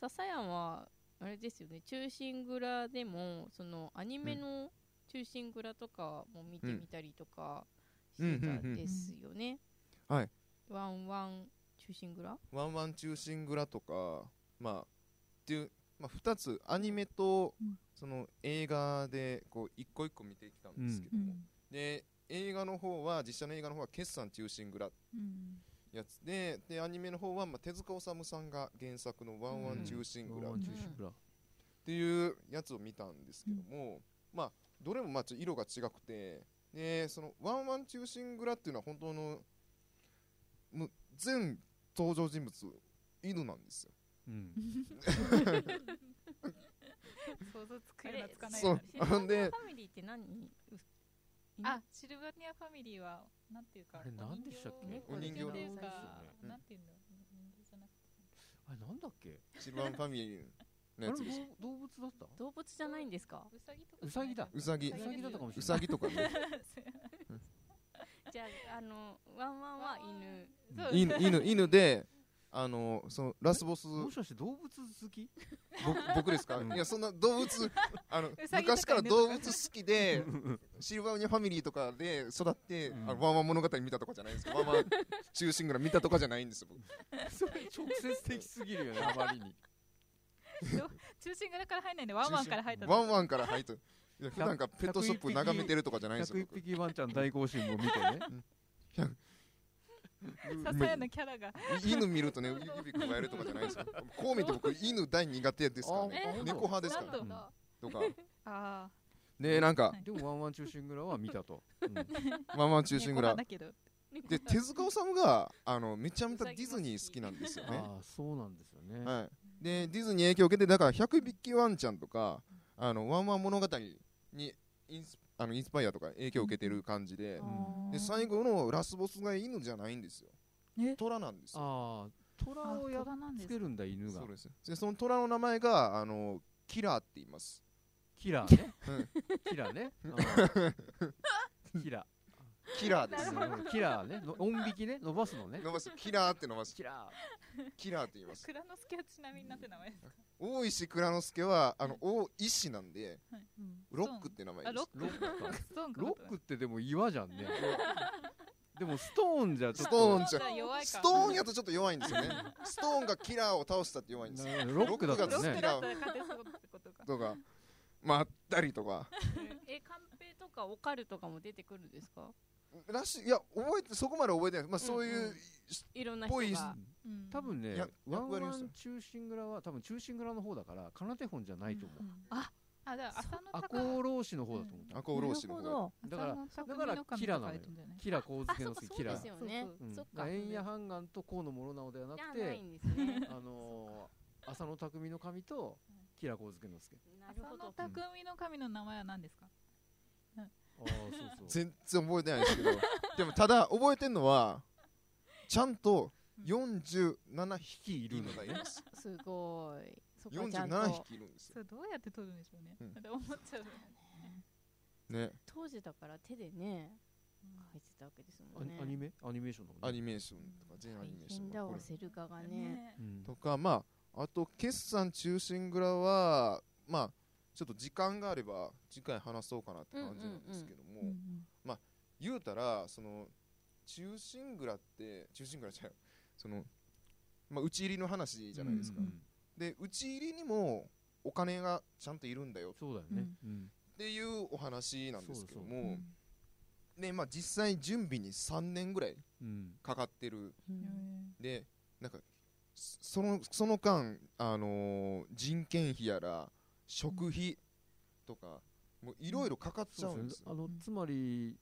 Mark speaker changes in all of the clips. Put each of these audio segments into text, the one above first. Speaker 1: 笹山はあれですよね中心蔵でもそのアニメの中心蔵とかも見てみたりとかしてたんですよね、
Speaker 2: うんうんうんうんはい
Speaker 1: ワンワン中心蔵
Speaker 2: ワンワン中心蔵とか、まあ、っていう、まあ、2つアニメと
Speaker 3: うん
Speaker 2: その映画でこう一個一個見てきたんですけど
Speaker 3: う
Speaker 2: も、
Speaker 3: ん
Speaker 2: で映画の方は実写の映画の方は決算中心蔵
Speaker 3: うん
Speaker 2: やつででアニメの方はまあ手塚治虫さんが原作の「ワンワン中心蔵」
Speaker 4: ワ
Speaker 2: っ
Speaker 4: ン中心蔵
Speaker 2: ていうやつを見たんですけども、まあどれもまあちょっと色が違くてでその「ワンワン中心蔵」っていうのは本当のもう全登場人物犬なんですよ
Speaker 4: うん
Speaker 3: 想像つくようなつかない
Speaker 2: そ
Speaker 3: よ
Speaker 2: う
Speaker 3: な
Speaker 1: シルバ
Speaker 2: ほん
Speaker 1: ニア
Speaker 2: で
Speaker 1: ファミリーって何
Speaker 3: あシルバニアファミリーはなんていうか
Speaker 4: あれ何でしたっけ
Speaker 3: お人形
Speaker 2: お人形
Speaker 3: っていうか
Speaker 4: ですよ
Speaker 2: ね
Speaker 3: なんていうんだろう人形じゃなくて
Speaker 4: あれなんだっけ
Speaker 2: シルバンファミリーの
Speaker 4: あれ
Speaker 2: やつですよ
Speaker 4: も動物だった
Speaker 1: 動物じゃないんですか
Speaker 3: ウサギとか
Speaker 4: ウサギだ
Speaker 2: ウサギ
Speaker 4: ウサギだったかもしれないう
Speaker 2: さぎと かね
Speaker 1: じゃああのワンワンは犬
Speaker 2: 犬犬犬であのそのラスボス
Speaker 4: もしかして動物 好き
Speaker 2: 僕僕ですか、
Speaker 4: うん
Speaker 2: いやそんな動物あの
Speaker 3: うさぎとか
Speaker 2: 昔から
Speaker 3: 犬とか
Speaker 2: 動物好きでシルバニアファミリーとかで育って、
Speaker 4: うん
Speaker 2: あのワンワン物語見たとかじゃないんですよワンワン中心ぐらい見たとかじゃないんですよ僕
Speaker 4: それ直接的すぎるよねあま りに
Speaker 3: 中心側から入らないんでワンワンから入った
Speaker 2: ワン
Speaker 3: ン
Speaker 2: ワンから入っていや普段からペットショップ眺めてるとかじゃないんですよ
Speaker 4: 101匹ワンちゃん大行進を見てね
Speaker 3: 笹谷のキャラが
Speaker 2: 僕犬見るとね指くわえるとかじゃないんですよこう見て僕犬大苦手ですから
Speaker 4: あ
Speaker 2: ね
Speaker 4: え
Speaker 2: 猫派ですか
Speaker 3: な
Speaker 2: ら
Speaker 3: ん
Speaker 2: ね
Speaker 3: と
Speaker 4: うん
Speaker 2: とか
Speaker 3: あ
Speaker 2: でなんか
Speaker 3: はい
Speaker 4: でもワンワン中心蔵は見たと、
Speaker 2: ワンワン
Speaker 3: あ
Speaker 2: 中心ぐらい
Speaker 3: だけど
Speaker 2: で手塚治虫があのめちゃめちゃディズニー好きなんですよね
Speaker 4: ああそうなんですよね、
Speaker 2: はい、でディズニー影響を受けてだから100匹ワンちゃんとかあのワンワン物語にインスあのインスパイアとか影響を受けてる感じで,、
Speaker 4: ん
Speaker 2: で最後のラスボスが犬じゃないんですよ
Speaker 3: え
Speaker 2: 虎なんですよ
Speaker 4: ああ虎をやっ
Speaker 3: 虎なんで
Speaker 4: つ
Speaker 3: す
Speaker 4: けるんだ犬が
Speaker 2: そうですでその虎の名前があのキラーって言います
Speaker 4: キラーね、
Speaker 2: うん
Speaker 4: キラー ねあーキラ
Speaker 2: キラーです
Speaker 4: ーうんキラーねの音引きね伸ばすのね
Speaker 2: 伸ばすキラーって伸ばす
Speaker 4: キラ
Speaker 2: キラーって言います
Speaker 3: 蔵之介はちなみになって名前ですか
Speaker 2: 大石蔵之介はあの大石なんでロックって名前
Speaker 3: あ
Speaker 2: で
Speaker 3: ロ
Speaker 2: す
Speaker 3: ッ
Speaker 4: ーロ
Speaker 3: ク
Speaker 4: ックか
Speaker 3: ストーンかと
Speaker 4: ロックってでも岩じゃんねでもストーンじゃちょっ
Speaker 2: ス
Speaker 4: と
Speaker 2: トーンじ
Speaker 3: ス
Speaker 2: ゃ
Speaker 3: トーン弱いか
Speaker 2: ストーンやとちょっと弱いんです よねストーンがキラーを倒したって弱いんですよ
Speaker 4: なロックだっ
Speaker 3: ロ
Speaker 2: が
Speaker 4: た
Speaker 2: 好き
Speaker 3: ッ
Speaker 4: ね
Speaker 3: クだったら勝てそうってことか
Speaker 2: とか、まあ、あったりとか、
Speaker 1: えカンペとかオカルとかも出てくるんですから
Speaker 2: しい、いや、覚えて、そこまで覚えてない、まあ、そういう、
Speaker 1: うんうんいろんな
Speaker 2: ぽ
Speaker 1: 人
Speaker 2: い
Speaker 1: が
Speaker 3: うん
Speaker 4: 多分ね
Speaker 2: いや
Speaker 4: ワンワ
Speaker 2: 役割です
Speaker 4: ン中心蔵は多分中心蔵の方だからかな手本じゃないと思う、
Speaker 3: あだから浅野
Speaker 4: 赤
Speaker 3: 高
Speaker 4: 穂浪士の方だと思った、
Speaker 2: 赤穂浪士の
Speaker 1: なるほ
Speaker 2: 方
Speaker 1: ど
Speaker 4: だから
Speaker 3: 浅野
Speaker 4: だから
Speaker 3: 匠の神
Speaker 4: キラ
Speaker 3: と
Speaker 4: な
Speaker 3: か書
Speaker 4: のよ
Speaker 3: いてんじゃない
Speaker 4: キラ光
Speaker 1: あ
Speaker 4: 介
Speaker 1: そ
Speaker 4: の
Speaker 1: うか
Speaker 4: 好き
Speaker 1: そう
Speaker 4: キラ
Speaker 1: で
Speaker 4: ー
Speaker 1: すよ
Speaker 3: キ
Speaker 1: ね
Speaker 3: ラー
Speaker 4: うん
Speaker 1: そっ
Speaker 4: だ
Speaker 1: か
Speaker 4: から円や半眼と河野諸直ではな
Speaker 1: じゃ
Speaker 4: く
Speaker 1: ない
Speaker 4: て
Speaker 1: んです ね
Speaker 4: あのー浅野匠の神と吉良上野介
Speaker 1: なる
Speaker 3: 浅
Speaker 1: ほ
Speaker 3: 野
Speaker 1: ど
Speaker 3: 匠の神の名前は何ですか
Speaker 4: ああそうそう
Speaker 2: 全然覚えてないですけど、でも、ただ、覚えてるのは、ちゃんと47匹
Speaker 4: 匹い
Speaker 2: い
Speaker 4: る
Speaker 2: る
Speaker 4: の
Speaker 2: のがい
Speaker 4: ね
Speaker 2: ます。
Speaker 1: すご いそっかちゃん
Speaker 2: 47
Speaker 1: と
Speaker 2: 匹いるんですよ。
Speaker 3: それどうやって撮るんでしょうね
Speaker 2: うん
Speaker 3: だって思っちゃう
Speaker 2: ね、
Speaker 1: 当時だから手でね書いてたわけですもんね
Speaker 4: アアニメアニメーション
Speaker 2: ア
Speaker 4: だもんね
Speaker 2: ニメーションとか、全アニメーショ
Speaker 1: 変
Speaker 2: ンとか
Speaker 1: だ
Speaker 2: こ
Speaker 1: わ
Speaker 2: れ
Speaker 1: セルガがね
Speaker 3: ね
Speaker 4: うん
Speaker 2: とか、まあ、あと、決算中心蔵は、まあ、ちょっと時間があれば、次回話そうかなって感じなんですけども。言うたらその中心蔵って中心蔵じゃないその、まあ、打ち入りの話じゃないですか、
Speaker 3: うん
Speaker 2: で打ち入りにもお金がちゃんといるんだよっ
Speaker 4: そうだよね、うん
Speaker 2: ていうお話なんですけど
Speaker 3: う
Speaker 2: も
Speaker 3: ん
Speaker 2: で、まあ、実際準備に3年ぐらい
Speaker 4: うん
Speaker 2: かかってる
Speaker 1: うん
Speaker 2: でなんかそそのその間、あのー人件費やら食費とかもういろいろかかっちゃ
Speaker 4: そううん
Speaker 2: で
Speaker 4: で
Speaker 2: すす
Speaker 4: ね
Speaker 2: よ、
Speaker 4: あのつまり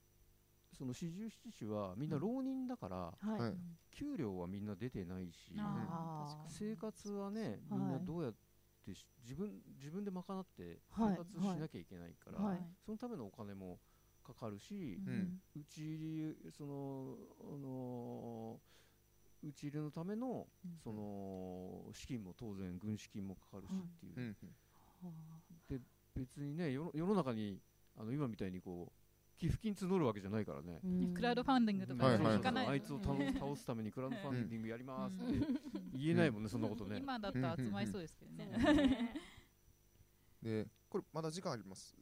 Speaker 4: その四十七士はみんな浪人だから
Speaker 1: はい
Speaker 2: はい
Speaker 4: 給料はみんな出てないし
Speaker 3: あー
Speaker 1: うん
Speaker 3: 確か
Speaker 4: 生
Speaker 3: に
Speaker 4: 活はねみんなどうやってし自分自分で賄って
Speaker 1: はい
Speaker 4: 生活しなきゃいけないから、
Speaker 1: はい
Speaker 4: そのためのお金もかかるし、
Speaker 2: ん
Speaker 4: 打ち入りその、あのー打ち入れのための
Speaker 3: うん
Speaker 4: その資金も当然軍資金もかかるし
Speaker 1: はい
Speaker 4: っていう、
Speaker 2: うん
Speaker 1: は
Speaker 4: 別にね世の世の中にあの今みたいにこう寄付金募るわけじゃないからね。
Speaker 3: クラウドファンディングとか
Speaker 2: はい
Speaker 3: そう
Speaker 2: はい
Speaker 3: 聞かない
Speaker 4: あ
Speaker 3: で
Speaker 4: い
Speaker 3: す
Speaker 4: つ
Speaker 3: よ
Speaker 4: を
Speaker 3: ね
Speaker 4: 倒す倒すためにクラウドファンディングやります
Speaker 3: う
Speaker 4: っ
Speaker 3: ん
Speaker 4: て言えないもんね、そんなことね。
Speaker 3: 今だったら集まりそうですけどね。
Speaker 2: でこれまだ時間あります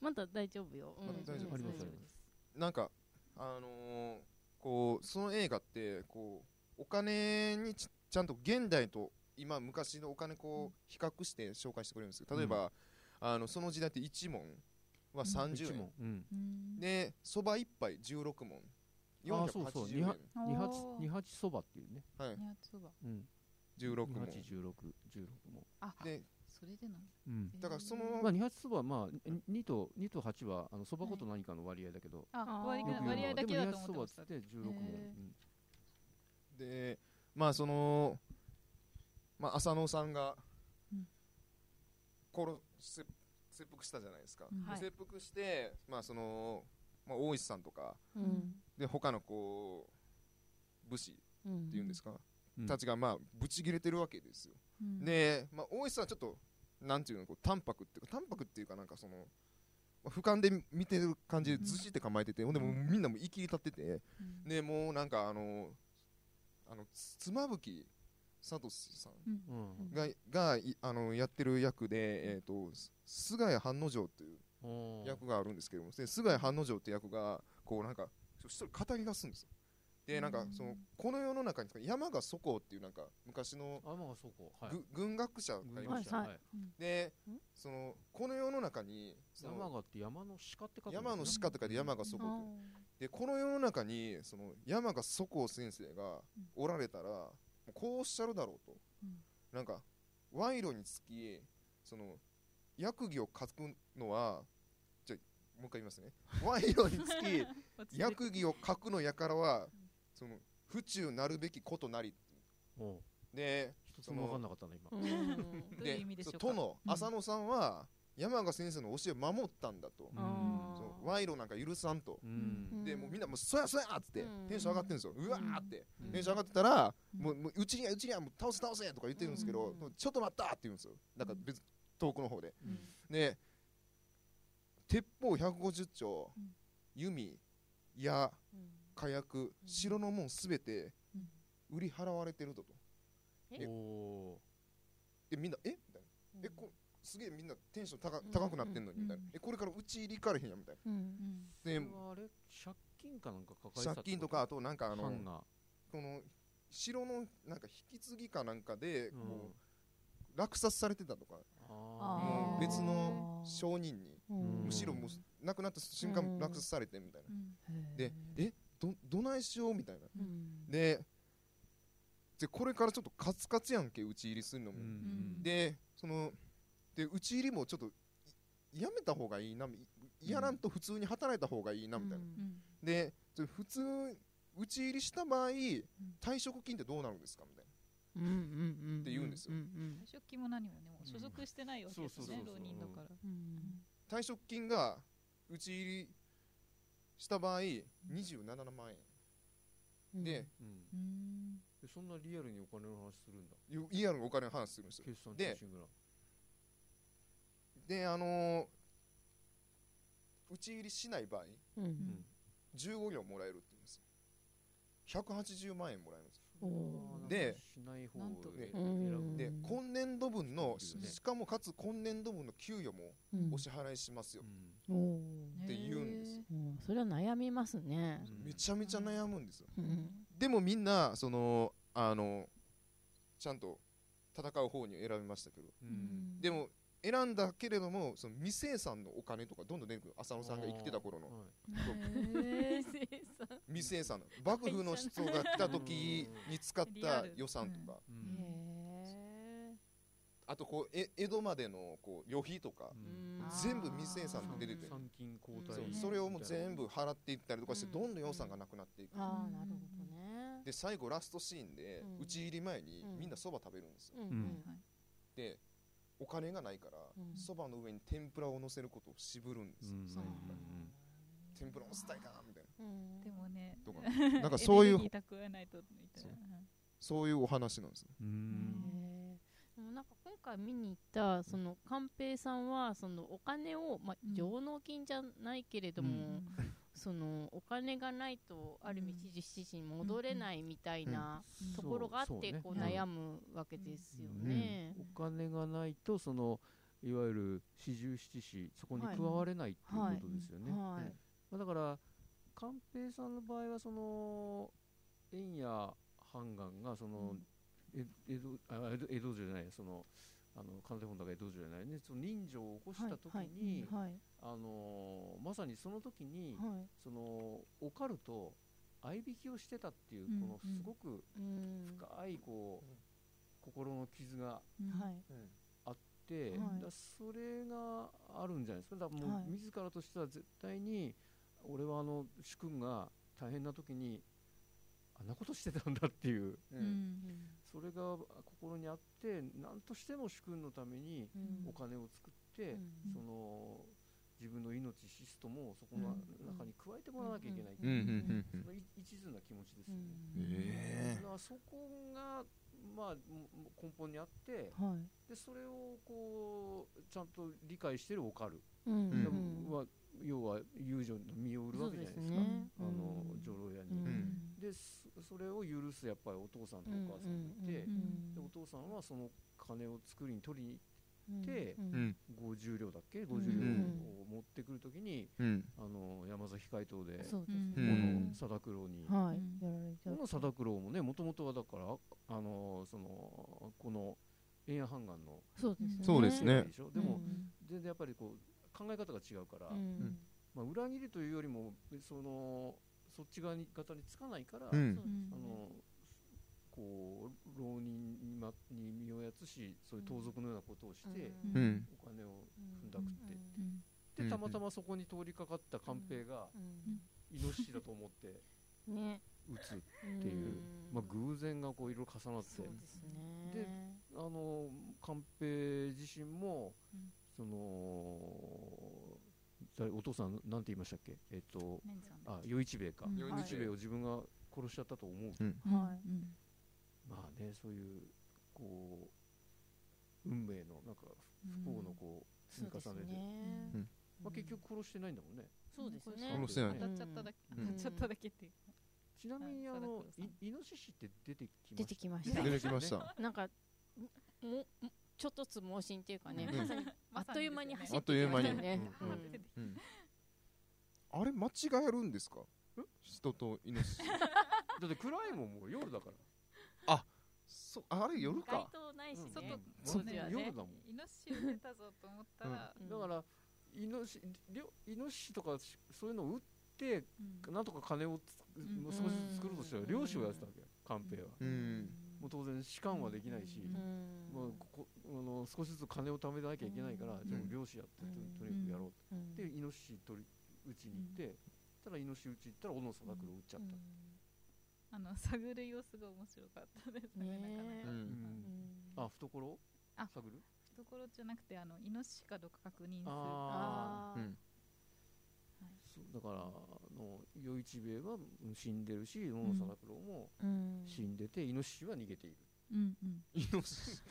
Speaker 1: まだ大丈夫よ。うん
Speaker 2: まだ大丈夫
Speaker 1: うん
Speaker 4: あります
Speaker 1: 大
Speaker 4: あり
Speaker 1: です
Speaker 2: なんかあのーこうその映画ってこうお金にちちゃんと現代と今昔のお金こう比較して紹介してくれるんですけど例えば、あのその時代って1問は30
Speaker 4: 一
Speaker 2: 円、
Speaker 4: 問。うん。
Speaker 2: でそば1杯16問
Speaker 4: あーそうそう
Speaker 2: 480円
Speaker 4: 二八
Speaker 3: おー
Speaker 4: 二八そばっていうね。
Speaker 2: はい
Speaker 3: 二八そば
Speaker 4: うん。
Speaker 2: 16
Speaker 4: 二
Speaker 2: 問
Speaker 4: 八十六十六も。
Speaker 3: あ、
Speaker 2: で
Speaker 3: それでなの。
Speaker 4: うん。
Speaker 2: だからその
Speaker 4: まあ二八そばはまあ二と二と八はあのそば粉と何かの割合だけど。
Speaker 3: あ、割
Speaker 1: よく言う
Speaker 3: 合
Speaker 1: のは
Speaker 3: 割合だけだと思ってました。
Speaker 4: でも二八そばっつって十六も。
Speaker 3: へ
Speaker 4: うん
Speaker 2: でまあその、まあ、浅野さんが
Speaker 3: うん
Speaker 2: 殺せ切腹したじゃないですか、
Speaker 3: うん
Speaker 2: で
Speaker 1: はい
Speaker 2: 切腹して、まあそのまあ、大石さんとかで他のこう武士っていうんですか、
Speaker 4: うん
Speaker 2: たちがまあブチ切れてるわけですよ、で、まあ、大石さんはちょっとなんていうのこう淡白っていうか淡白っていうかなんかその、まあ俯瞰で見てる感じでずっしって構えてて、ほんでもうみんなもうきり立ってて、
Speaker 3: うん
Speaker 2: でもうなんかあのあのつ妻夫木聡さん
Speaker 4: うん。
Speaker 2: ががいあのやってる役で、えー、とす菅谷半之丞という
Speaker 4: おー
Speaker 2: 役があるんですけどもで菅谷半之丞って役がこうなんか一人語り出すんですよでなんか
Speaker 3: うん
Speaker 2: そのこの世の中に山賀祖公っていうなんか昔の
Speaker 4: あまあそうか。はい
Speaker 2: ぐ。軍学者がいま
Speaker 1: はい
Speaker 2: した、
Speaker 1: はい
Speaker 4: はい
Speaker 2: で
Speaker 1: ん
Speaker 2: そのこの世の中にそ
Speaker 4: 山
Speaker 2: の
Speaker 4: がって山の鹿って書くんだよね
Speaker 2: 山の鹿とかで山賀祖公とでこの世の中にその山賀祖公先生が
Speaker 3: うん
Speaker 2: おられたら、もうこうおっしゃるだろうと、
Speaker 3: うん
Speaker 2: なんか賄賂につきその役儀を書くのはじゃあもう一回言います ね賄賂につ
Speaker 3: 落ち
Speaker 2: き
Speaker 3: 着いて
Speaker 2: 役儀を書くのやからはその府中なるべきことなり
Speaker 4: おう
Speaker 2: で
Speaker 4: 一つも分かんなかったな今
Speaker 1: うん
Speaker 3: どういう意味でしょうか。
Speaker 2: そう殿浅野さんは山賀先生の教えを守ったんだと、
Speaker 4: うん
Speaker 1: あー
Speaker 2: その賄賂なんか許さんと、
Speaker 4: うん
Speaker 2: でもうみんなもうそやそやっつって
Speaker 1: うん
Speaker 2: テンション上がってるんですよ、うわーって、
Speaker 4: うん
Speaker 2: テンション上がってたら、
Speaker 3: うん
Speaker 2: もうもううちにゃうちにゃもう倒せ倒せとか言ってるんですけど、
Speaker 1: うん
Speaker 2: ちょっと待ったって言うんですよなんか別遠くの方で
Speaker 4: うん
Speaker 2: で鉄砲150丁、
Speaker 3: うん
Speaker 2: 弓矢
Speaker 1: うん
Speaker 2: 火薬城のもんすべて
Speaker 3: うん
Speaker 2: 売り払われてるとと
Speaker 1: え
Speaker 4: おー
Speaker 2: でみんなえみたいなえこすげえみんなテンション高高くなってんのにみたいな、
Speaker 3: うん
Speaker 2: えこれからうち入りからへんやみたい
Speaker 3: うん
Speaker 2: なで
Speaker 4: これはあれ借金かなんか抱えてたって
Speaker 2: 借
Speaker 4: こと
Speaker 2: 金とかあとなんかあの
Speaker 4: 藩が
Speaker 2: この城のなんか引き継ぎかなんかで
Speaker 4: う
Speaker 2: こ
Speaker 4: ん
Speaker 2: う、落札されてたとか
Speaker 4: あ
Speaker 2: も
Speaker 4: ー
Speaker 2: う別の
Speaker 1: あー
Speaker 2: 商人に
Speaker 4: うん
Speaker 2: むしろもう亡くなった瞬間
Speaker 1: うん
Speaker 2: 落札されてみたいな、
Speaker 3: うん
Speaker 2: でえどどないしようみたいな
Speaker 1: うん
Speaker 2: ででこれからちょっとカツカツやんけ打ち入りするの
Speaker 4: う
Speaker 2: も、
Speaker 4: ん
Speaker 2: でそので打ち入りもちょっといやめた方がいいなみやらんと普通に働いた方がいいなみたいな、
Speaker 3: うん
Speaker 2: でちょ普通打ち入りした場合退職金ってどうなるんですかみたいな
Speaker 1: うんうん
Speaker 2: って言うんですよ
Speaker 3: 退職金も何もね、もう所属してないわけですよね
Speaker 4: う、んそうそう
Speaker 3: 浪
Speaker 4: そう
Speaker 3: 人だから。
Speaker 1: うん
Speaker 2: 退職金が打ち入りした場合27万円、
Speaker 1: うん
Speaker 2: で
Speaker 4: うん
Speaker 3: うん
Speaker 4: でそんなリアルにお金の話するんだ
Speaker 2: ゆリアルのお金の話するんですよ
Speaker 4: 決算
Speaker 2: で
Speaker 4: 中心ぐらい
Speaker 2: であのー打ち入りしない場合
Speaker 1: うん
Speaker 4: ん
Speaker 2: 15両もらえるって言うんですよ180万円もらえるんですよ
Speaker 1: おー
Speaker 4: なんか
Speaker 2: で
Speaker 4: しない方
Speaker 3: なんと
Speaker 4: で
Speaker 1: うん
Speaker 2: で
Speaker 1: うん
Speaker 2: 今年度分の
Speaker 4: そうですよね
Speaker 2: しかもかつ今年度分の給与も
Speaker 1: うん
Speaker 2: お支払いしますよ、
Speaker 1: おー
Speaker 2: って言うんですよ
Speaker 1: うんそれは悩みますね
Speaker 2: めちゃめちゃ悩むんですよ
Speaker 1: うん
Speaker 2: でもみんなそのあのちゃんと戦う方に選びましたけど
Speaker 4: ゃ
Speaker 2: でも選んだけれどもその未生産のお金とかどんどん出てくる浅野さんが生きてた頃の
Speaker 1: へー生産
Speaker 2: 未生産の幕府の思想が来た時に使っ
Speaker 3: リ
Speaker 2: た
Speaker 3: アル
Speaker 2: 予算とか、
Speaker 1: へ
Speaker 2: あとこうえ江戸までのこう旅費とか、
Speaker 1: ーうん
Speaker 2: 全部未生産で出ててる
Speaker 4: 参勤交
Speaker 1: うん
Speaker 2: そう
Speaker 4: 代
Speaker 2: それをもう全部払っていったりとかして
Speaker 1: うん
Speaker 2: どんどん予算がなくなっていく、
Speaker 1: ああなるほどね
Speaker 2: で最後ラストシーンで
Speaker 1: うん
Speaker 2: 討ち入り前に
Speaker 1: うん
Speaker 2: みんなそば食べるんですよ、
Speaker 1: うん
Speaker 4: ん
Speaker 2: でお金がないから
Speaker 1: うん
Speaker 2: そばの上に天ぷらを乗せることを渋るんですよ、
Speaker 4: うん
Speaker 2: その
Speaker 4: うん
Speaker 2: 天ぷら乗せたいかなみたいな
Speaker 1: うん
Speaker 3: でもね、
Speaker 2: とかなんかそうい
Speaker 3: エネ
Speaker 2: う
Speaker 3: ルギー蓄えないとみたいな
Speaker 2: そうそういうお話なんですよ
Speaker 4: うん
Speaker 1: へーでもなんか今回見に行ったその寛平さんはそのお金を、まあ
Speaker 3: う、ん
Speaker 1: 上納金じゃないけれど
Speaker 4: う
Speaker 1: も、
Speaker 3: うん
Speaker 1: そのお金がないとある意味
Speaker 3: うん
Speaker 1: 7時7時に戻れないみたいな
Speaker 3: うん
Speaker 1: ところがあっ
Speaker 4: そうそう
Speaker 1: て
Speaker 4: ね
Speaker 1: こう悩むわけですよ
Speaker 4: うん
Speaker 1: ね。
Speaker 4: お金がないとそのいわゆる四十七士そこに
Speaker 1: はい
Speaker 4: 加われないっていう
Speaker 1: はい
Speaker 4: ことですよね。
Speaker 1: は
Speaker 4: うんまあ、だから寛平さんの場合はその円や半岸がその、え江戸あ江戸江戸城じゃないそのあの関西本だが江戸城じゃないねその臨場を起こ
Speaker 1: い。
Speaker 4: し
Speaker 1: はい
Speaker 4: た時
Speaker 1: はい
Speaker 4: に、
Speaker 1: はい
Speaker 4: あのまさにその時に、
Speaker 1: はい
Speaker 4: そのオカルと相引きをしてたっていう、
Speaker 3: うん
Speaker 4: この
Speaker 3: うん
Speaker 4: すごく
Speaker 1: うん
Speaker 4: 深いこう、
Speaker 2: うん
Speaker 4: 心の傷があ
Speaker 1: はい
Speaker 2: うん
Speaker 4: って、
Speaker 1: はい
Speaker 4: だそれがあるんじゃないですかだからもう、
Speaker 1: はい
Speaker 4: 自らとしては絶対に俺はあの主君が大変な時にあんなことしてたんだっていう
Speaker 2: う
Speaker 3: うんん
Speaker 4: それが心にあって何としても主君のために
Speaker 1: うん
Speaker 4: お金を作って、
Speaker 3: うん
Speaker 4: その自分の命シストもそこの
Speaker 1: うん
Speaker 4: 中に加えてもらわなきゃいけないっ
Speaker 2: う
Speaker 4: て
Speaker 2: んう
Speaker 4: い
Speaker 2: ん
Speaker 4: う、
Speaker 2: うんう
Speaker 4: そ
Speaker 2: ん
Speaker 4: のい一途な気持ちです
Speaker 1: う
Speaker 4: よね。
Speaker 1: ん
Speaker 2: え
Speaker 4: まあそこが、まあ、もも根本にあって
Speaker 1: はい
Speaker 4: でそれをこうちゃんと理解してるオカル、
Speaker 1: うん
Speaker 2: うん
Speaker 4: は要は遊女の身を売る
Speaker 1: そ
Speaker 4: わ
Speaker 1: う
Speaker 4: けじ
Speaker 1: で
Speaker 4: ゃな
Speaker 1: す
Speaker 4: いですか
Speaker 1: ね。
Speaker 4: あの
Speaker 1: うん
Speaker 4: 女郎屋に。
Speaker 1: うん
Speaker 2: ん
Speaker 4: でそそれを許すやっぱりお父さんとお母さんがいて、
Speaker 1: うんうん
Speaker 4: でお父さんはその金を作りに取りに行って
Speaker 1: うん
Speaker 2: うん
Speaker 4: 50両だっけ
Speaker 1: うん
Speaker 4: 50両を持ってくるときに、
Speaker 2: うん
Speaker 4: あの山崎街頭で
Speaker 1: そうで
Speaker 2: う
Speaker 1: す
Speaker 2: ん
Speaker 1: ね。
Speaker 2: ん
Speaker 4: 貞九郎に
Speaker 1: は
Speaker 3: うん
Speaker 1: い。やられち
Speaker 4: こ
Speaker 1: ゃっ
Speaker 4: の貞九郎もねもともとはだからあのそのこの円安半岸の
Speaker 1: たそうですね。
Speaker 2: そうですね
Speaker 4: でしょ、でも
Speaker 1: うん
Speaker 4: 全然やっぱりこう考え方が違うから、
Speaker 1: うん
Speaker 4: まあ、裏切りというよりもそのそっち側に方につかないから、
Speaker 2: うん
Speaker 1: そうですね
Speaker 4: あのこう浪人に,、ま、に身をやつしそういう盗賊のようなことをして、
Speaker 2: う
Speaker 1: うん
Speaker 2: ん
Speaker 4: お金を
Speaker 1: うん
Speaker 4: 踏んだくって、
Speaker 2: うん
Speaker 4: でたまたまそこに通りかかった寛平がイノシシだと思って
Speaker 1: うんね。
Speaker 4: 撃つ、
Speaker 1: って
Speaker 4: いうまあ、偶然がこういろいろ重なって
Speaker 1: そうですね。
Speaker 4: であの寛平自身も、
Speaker 3: うん
Speaker 4: その誰お父さんなんて言いましたっけえっと
Speaker 3: メンさんだ
Speaker 4: あ与一兵衛か
Speaker 3: うん
Speaker 4: 与
Speaker 1: はい
Speaker 4: 一兵衛を自分が殺しちゃったと思う、
Speaker 1: は
Speaker 3: うん
Speaker 4: まあねそういうこう運命のなんか不幸のこう
Speaker 1: そう
Speaker 4: 積
Speaker 1: で
Speaker 4: み
Speaker 1: す
Speaker 4: 重ねで、
Speaker 1: ね。
Speaker 4: まあ、結局殺してないんだもんね、
Speaker 1: そうですね。
Speaker 2: 殺してない
Speaker 3: 当たっちゃっただけ
Speaker 2: うん
Speaker 3: 当たっちゃっただけっていう
Speaker 4: ちなみにあ
Speaker 3: はい貞
Speaker 4: の
Speaker 3: 子さん
Speaker 4: いイノシシって出てきま
Speaker 1: 出
Speaker 4: してた
Speaker 1: きまし
Speaker 2: 出て
Speaker 4: したた。
Speaker 2: きました
Speaker 1: なんかももちょっとつ盲信っていうかね、
Speaker 2: うん
Speaker 1: まさにあっという間に走って
Speaker 2: あっという間に
Speaker 1: ね。
Speaker 2: うん
Speaker 1: うん
Speaker 3: 出てき
Speaker 2: うんあれ間違えるんですか人とイノシシ
Speaker 4: だって暗いもんもう夜だから
Speaker 2: そうあれ夜
Speaker 1: 街
Speaker 2: か
Speaker 1: 灯ないしね
Speaker 4: うん。
Speaker 3: 外
Speaker 1: そ
Speaker 4: ま
Speaker 1: うだよ
Speaker 4: あ
Speaker 1: ね
Speaker 4: 夜だもん
Speaker 3: イノシシを出たぞと思ったら、
Speaker 1: うん
Speaker 4: だからイノシりょイノシシとかしそういうのを撃ってなんとか金をつ
Speaker 3: ん
Speaker 4: もう少しずつ作ろうとしたら
Speaker 1: うん
Speaker 4: 漁師をやってたわけよ寛平は、
Speaker 2: うん
Speaker 4: もう当然士官はできないし、
Speaker 3: うん
Speaker 1: うん
Speaker 4: まあ、ここあの少しずつ金を貯めなきゃいけないから、
Speaker 1: うん
Speaker 4: じゃあもう漁師やってと,、
Speaker 1: うん
Speaker 4: とにかくやろう
Speaker 1: う
Speaker 4: っ
Speaker 1: ん
Speaker 4: て、でイノシシ取り打ちに行って、ただイノシシ打ち行ったら小野貞九郎打っちゃっ
Speaker 3: あの探る様子が面白かったですね
Speaker 1: ね
Speaker 3: なかな
Speaker 2: う
Speaker 3: か
Speaker 4: た、
Speaker 2: ん
Speaker 1: うん
Speaker 4: あ懐を
Speaker 3: あ
Speaker 4: 探る
Speaker 3: ところじゃなくてあのイノシシかどうか確認する
Speaker 4: あ
Speaker 1: あ
Speaker 4: あ
Speaker 2: う
Speaker 1: ー
Speaker 2: ん
Speaker 4: そうだからあの与一兵衛はうん死んでるし小野貞九郎も
Speaker 1: うん
Speaker 4: 死んでて、イノシシは逃げている
Speaker 3: うんうん
Speaker 2: イノシシ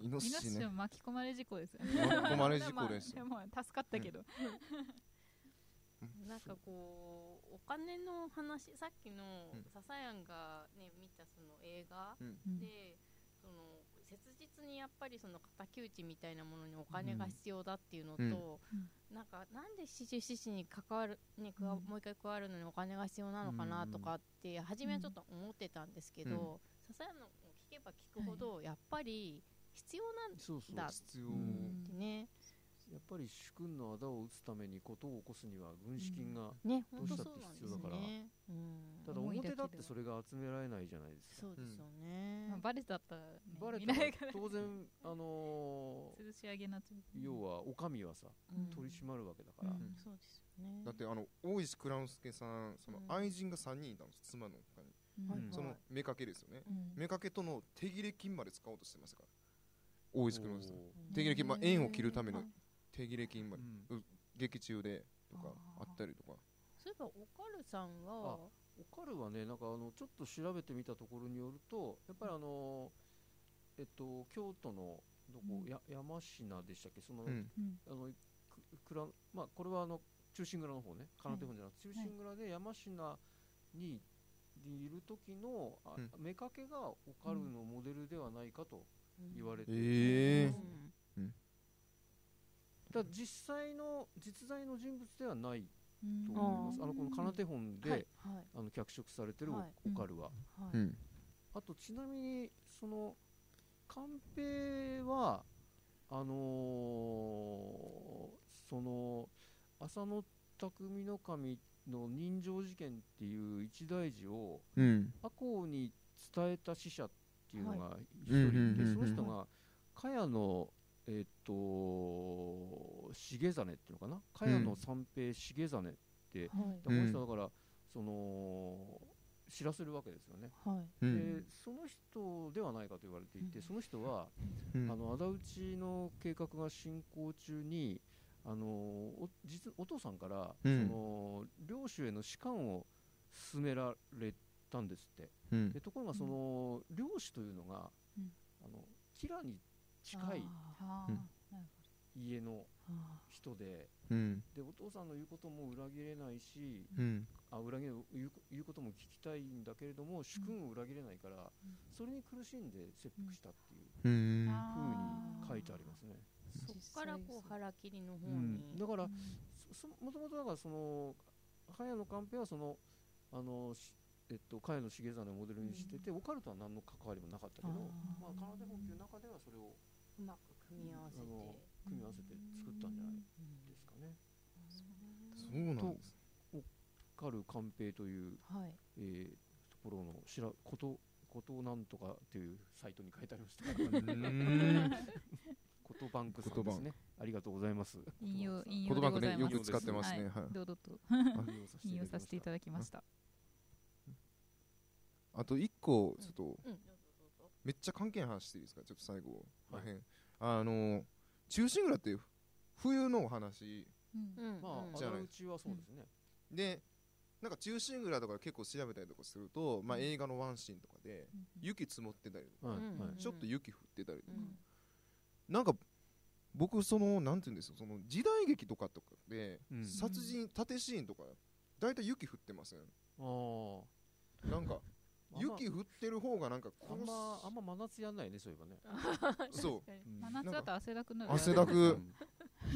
Speaker 2: イノ
Speaker 3: イ
Speaker 2: シ
Speaker 3: ノシ
Speaker 2: シ
Speaker 3: シ
Speaker 2: ね
Speaker 3: は巻き込まれ事故ですよね
Speaker 2: 巻き込まれ事故です
Speaker 3: でもまあでも助かったけど、
Speaker 1: なんかこうお金の話さっきの
Speaker 2: うん
Speaker 1: 笹谷がね見たその映画
Speaker 2: うん
Speaker 3: うん
Speaker 1: でその切実にやっぱりその敵討ちみたいなものにお金が必要だっていうのと、
Speaker 2: うん
Speaker 1: なんかなんで四十四支に関わる、ね加わ
Speaker 3: うん
Speaker 1: もう一回加わるのにお金が必要なのかなとかって初めはちょっと思ってたんですけど、笹谷のを聞けば聞くほどやっぱり必要なんで
Speaker 4: そうそう
Speaker 1: だ
Speaker 2: 必要
Speaker 3: うん
Speaker 1: ね、
Speaker 4: やっぱり主君の仇を打つために事を起こすには軍資金が、
Speaker 1: ね本当そうなんです
Speaker 4: どうしたって必要だから
Speaker 1: ね。うん
Speaker 4: ただ
Speaker 3: 思い
Speaker 4: 表
Speaker 3: 出
Speaker 4: だっ
Speaker 3: け
Speaker 4: て
Speaker 3: で
Speaker 4: それが集められないじゃないですか
Speaker 1: そうですよね
Speaker 3: まあ、。バレちゃったら、ね、
Speaker 4: バレ
Speaker 3: 見
Speaker 4: た
Speaker 3: な
Speaker 4: ら
Speaker 3: いから
Speaker 4: 当然あのー
Speaker 3: 吊るし上げになっちゃう
Speaker 4: 要はお上はさ
Speaker 1: うん
Speaker 4: 取り締まるわけだから、
Speaker 3: うん
Speaker 1: そうですよね。
Speaker 2: だってあの大石蔵之介さんその
Speaker 1: うん
Speaker 2: 愛人が3人いたんです妻の他に
Speaker 3: うん
Speaker 1: はい
Speaker 4: うん
Speaker 2: その妾ですよね
Speaker 1: うん
Speaker 2: 妾との手切れ金まで使おうとしてましたから大石蔵之介
Speaker 4: おー
Speaker 2: 手切れ金まあ縁を切るため
Speaker 1: う
Speaker 2: の
Speaker 1: ん
Speaker 2: 手切れ金まで
Speaker 4: うん
Speaker 2: 劇中でとか
Speaker 1: あ
Speaker 2: あ
Speaker 1: ー
Speaker 2: ったりとか
Speaker 1: そういえばおかるさんは
Speaker 4: あオカルはねなんかあのちょっと調べてみたところによるとやっぱりあのーえっと京都のどこ、
Speaker 3: うん
Speaker 4: や山科でしたっけその、
Speaker 2: うん
Speaker 3: うん
Speaker 4: あのくくらまあこれはあの中心蔵の方ね空手本じゃなくて中心蔵で山科にいる時のあ
Speaker 2: うん
Speaker 4: 妾がオカルのモデルではないかと言われて
Speaker 2: え
Speaker 4: だから実際の実在の人物ではないと
Speaker 3: うん
Speaker 4: 思いますあのこの空手本で、
Speaker 1: はいはい
Speaker 4: あの脚色されてるオ
Speaker 1: はい
Speaker 4: オカルは、
Speaker 1: はい
Speaker 2: うん
Speaker 4: あとちなみにその寛平はあのーその浅野匠の神の人情事件っていう一大事を
Speaker 2: うん
Speaker 4: 赤穂に伝えた使者っていうのが一
Speaker 2: うんうん
Speaker 4: 人いて、
Speaker 2: うんうん
Speaker 4: その人が茅野えっと重実っていうのかな茅野三平重実って、
Speaker 1: はい
Speaker 4: だからこの人だから、その知らせるわけですよね。
Speaker 1: はい
Speaker 2: うん
Speaker 4: でその人ではないかと言われていて、
Speaker 1: うん
Speaker 4: その人は、
Speaker 2: うん
Speaker 4: あの仇討ちの計画が進行中にあのお実お父さんから、
Speaker 2: うん
Speaker 4: その領主への仕官を勧められたんですって
Speaker 2: うん
Speaker 4: でところがその、領主というのが、
Speaker 1: うん
Speaker 4: あのキラに近い
Speaker 1: あ
Speaker 3: あ
Speaker 2: う
Speaker 3: ー
Speaker 2: ん
Speaker 3: なる
Speaker 4: 家の
Speaker 1: ーあ
Speaker 4: 人で
Speaker 2: うん
Speaker 4: でお父さんの言うことも裏切れないし、
Speaker 2: うん
Speaker 4: あ裏切る言うこ言うことも聞きたいんだけれども主君を裏切れないから、
Speaker 1: ん
Speaker 4: それに苦しんで切腹したっていう
Speaker 2: う
Speaker 3: ほど
Speaker 2: ん
Speaker 4: ふうに書いてありますね。
Speaker 1: ーそっからこう腹切りの方
Speaker 4: う
Speaker 1: に、
Speaker 4: ん、だか
Speaker 1: から
Speaker 4: そそもともとだからその早野寛平はそのあのしえっと茅野重実をモデルにしてて、オカルトは何の関わりもなかったけど、
Speaker 1: あー
Speaker 4: まあカナダ本級の中ではそれを
Speaker 1: うまく組み合わせて、
Speaker 4: あの組み合わせて作ったんじゃないですかね。
Speaker 2: そうなんです
Speaker 4: オカル寛平という、
Speaker 1: はい
Speaker 4: えーところのしらことことなんとかというサイトに書いてありました。 ことバンクさんですね。ありがとうございます。
Speaker 3: 引 用引
Speaker 2: 言
Speaker 3: 用で
Speaker 2: 葉
Speaker 3: ご
Speaker 2: が
Speaker 3: ざ
Speaker 2: ね
Speaker 3: い
Speaker 2: よ
Speaker 3: ます
Speaker 2: く使ってますねはい
Speaker 3: 堂々と
Speaker 4: 引
Speaker 3: 引用させていた
Speaker 4: だき
Speaker 3: だきました
Speaker 2: あと一個ちょっと、
Speaker 1: うん
Speaker 2: めっちゃ関係ない話していいですかちょっと最後ら
Speaker 4: はい
Speaker 2: へん、あの中心蔵っていう冬のお話
Speaker 3: うん
Speaker 1: うん
Speaker 4: ま
Speaker 1: うん
Speaker 4: あ、
Speaker 2: じゃあ
Speaker 4: 仇討ちはそうですね。
Speaker 2: でなんか中心蔵とか結構調べたりとかすると、まあ、映画のワンシーンとかで雪積もってたりとか、
Speaker 4: は
Speaker 1: う
Speaker 4: い、
Speaker 1: ん
Speaker 4: はい。
Speaker 2: ちょっと雪降ってたりとか、
Speaker 1: うん
Speaker 2: なんか僕そのなんて言うんですよその時代劇とかとかで、
Speaker 4: うん
Speaker 2: 殺人盾シーンとか大体雪降ってません
Speaker 4: あ
Speaker 2: なんか
Speaker 4: あ。
Speaker 2: 雪降ってる方がなんか
Speaker 4: あん
Speaker 2: 殺す
Speaker 4: ま、あんま真夏やんないね、そういえばね。
Speaker 2: そう
Speaker 3: 真夏だと汗だくなる
Speaker 2: 汗だく